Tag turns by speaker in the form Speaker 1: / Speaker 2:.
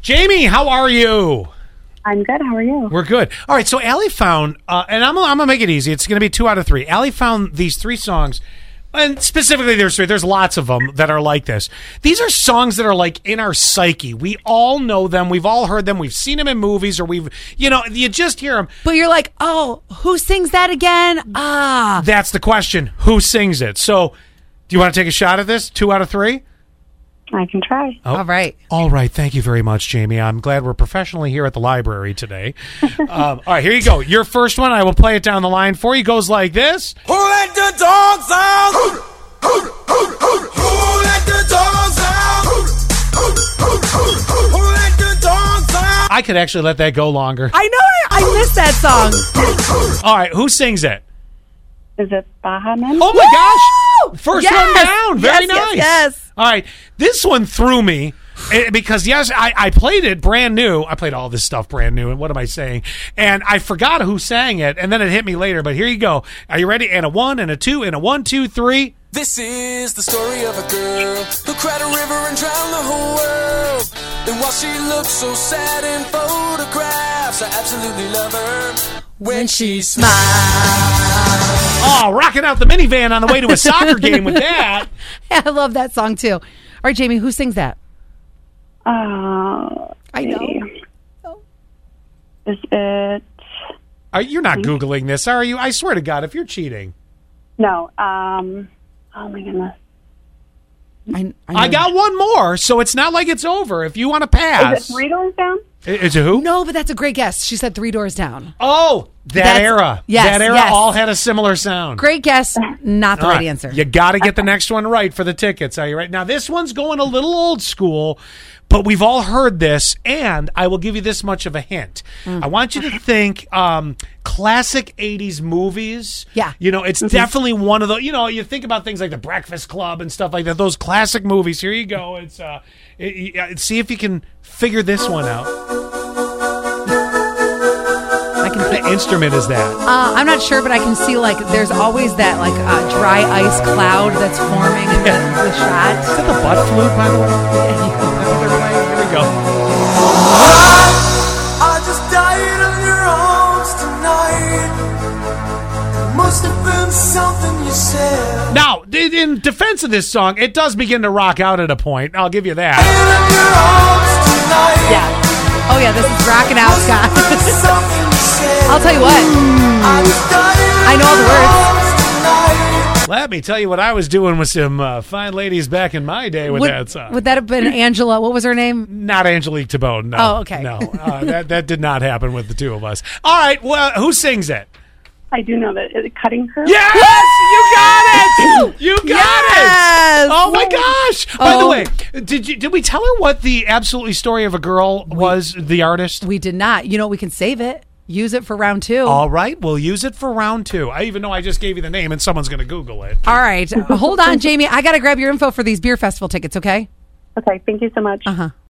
Speaker 1: Jamie, how are you?
Speaker 2: I'm good. How are you?
Speaker 1: We're good. All right. So Allie found, uh, and I'm, I'm gonna make it easy. It's gonna be two out of three. Allie found these three songs, and specifically there's three. There's lots of them that are like this. These are songs that are like in our psyche. We all know them. We've all heard them. We've seen them in movies, or we've, you know, you just hear them.
Speaker 3: But you're like, oh, who sings that again? Ah,
Speaker 1: That's the question. Who sings it? So, do you want to take a shot at this? Two out of three.
Speaker 2: I can try.
Speaker 3: all right.
Speaker 1: All right. Thank you very much, Jamie. I'm glad we're professionally here at the library today. um, all right. Here you go. Your first one. I will play it down the line for you. Goes like this.
Speaker 4: Who let the dogs out? Who let the dogs out? Who let the dogs out?
Speaker 1: I could actually let that go longer.
Speaker 3: I know I, I missed that song.
Speaker 1: All right, who sings it?
Speaker 2: Is it Baha Men?
Speaker 1: Oh my gosh! First
Speaker 3: Yes!
Speaker 1: one down. Very
Speaker 3: Yes, yes,
Speaker 1: nice.
Speaker 3: yes.
Speaker 1: All right, this one threw me eh, because yes, I, I played it brand new. I played all this stuff brand new. And what am I saying? And I forgot who sang it, and then it hit me later. But here you go. Are you ready? And a one, and a two, and a one, two, three.
Speaker 4: This is the story of a girl who cried a river and drowned the whole world. And while she looked so sad in photographs, I absolutely love her when she smiles.
Speaker 1: Oh, rocking out the minivan on the way to a soccer game with that.
Speaker 3: I love that song too. All right, Jamie, who sings that?
Speaker 2: Uh,
Speaker 3: I know. Oh.
Speaker 2: Is it?
Speaker 1: All right, you're not googling this, are you? I swear to God, if you're cheating,
Speaker 2: No. Um. Oh my goodness.
Speaker 3: I, I,
Speaker 1: I
Speaker 3: know-
Speaker 1: got one more, so it's not like it's over. If you want to pass,
Speaker 2: Is it Three Doors Down?
Speaker 1: Is it who?
Speaker 3: No, but that's a great guess. She said Three Doors Down.
Speaker 1: Oh, that
Speaker 3: That's-
Speaker 1: era.
Speaker 3: yes,
Speaker 1: that era
Speaker 3: yes.
Speaker 1: all had a similar sound.
Speaker 3: Great guess, not the
Speaker 1: All
Speaker 3: right,
Speaker 1: right,
Speaker 3: answer.
Speaker 1: You got to get the next one right for the tickets. Are you right? Now, this one's going a little old school, but we've all heard this, and I will give you this much of a hint.
Speaker 3: Mm.
Speaker 1: I want you to think um, classic 80s movies.
Speaker 3: Yeah. Mm-hmm.
Speaker 1: You know, it's definitely one of the, you know, you think about things like The Breakfast Club and stuff like that, those classic movies. Here you go. It's, uh, it, it- see if you can figure this one out.
Speaker 3: I can see.
Speaker 1: The instrument is that.
Speaker 3: Uh, I'm not sure, but I can see like there's always that like uh, dry ice cloud that's forming in the, the shot.
Speaker 1: Is that the butt flute, by the way? Here we go.
Speaker 4: I just died in your arms tonight. It must have been something you said.
Speaker 1: Now, d- in defense of this song, it does begin to rock out at a point. I'll give you that.
Speaker 4: Died in your arms tonight.
Speaker 3: Yeah. Oh yeah, this is rocking out,
Speaker 4: Must have been
Speaker 3: guys.
Speaker 4: something you said.
Speaker 3: I'll tell you what.
Speaker 4: I just died in
Speaker 3: I know all the
Speaker 4: your
Speaker 3: words.
Speaker 4: arms tonight.
Speaker 1: Let me tell you what I was doing with some uh, fine ladies back in my day with
Speaker 3: Would,
Speaker 1: that song.
Speaker 3: would that have been Angela? What was her name?
Speaker 1: not Angelique Tabone. No.
Speaker 3: Oh, okay.
Speaker 1: No, uh, that that did not happen with the two of us. All right. Well, who sings it?
Speaker 2: I do know that. Is it Cutting Crew?
Speaker 1: Yes, you got it. You got
Speaker 3: Yes!
Speaker 1: it. Oh my gosh! By the
Speaker 3: Oh.
Speaker 1: way, did you did we tell her what the absolutely story of a girl was? The artist.
Speaker 3: We did not. You know, we can save it. Use it for round two.
Speaker 1: All right, we'll use it for round two. I even know I just gave you the name, and someone's going to Google it.
Speaker 3: All right. Hold on, Jamie. I got to grab your info for these beer festival tickets, okay? Uh-huh.
Speaker 2: Okay. Thank you so much. Uh huh.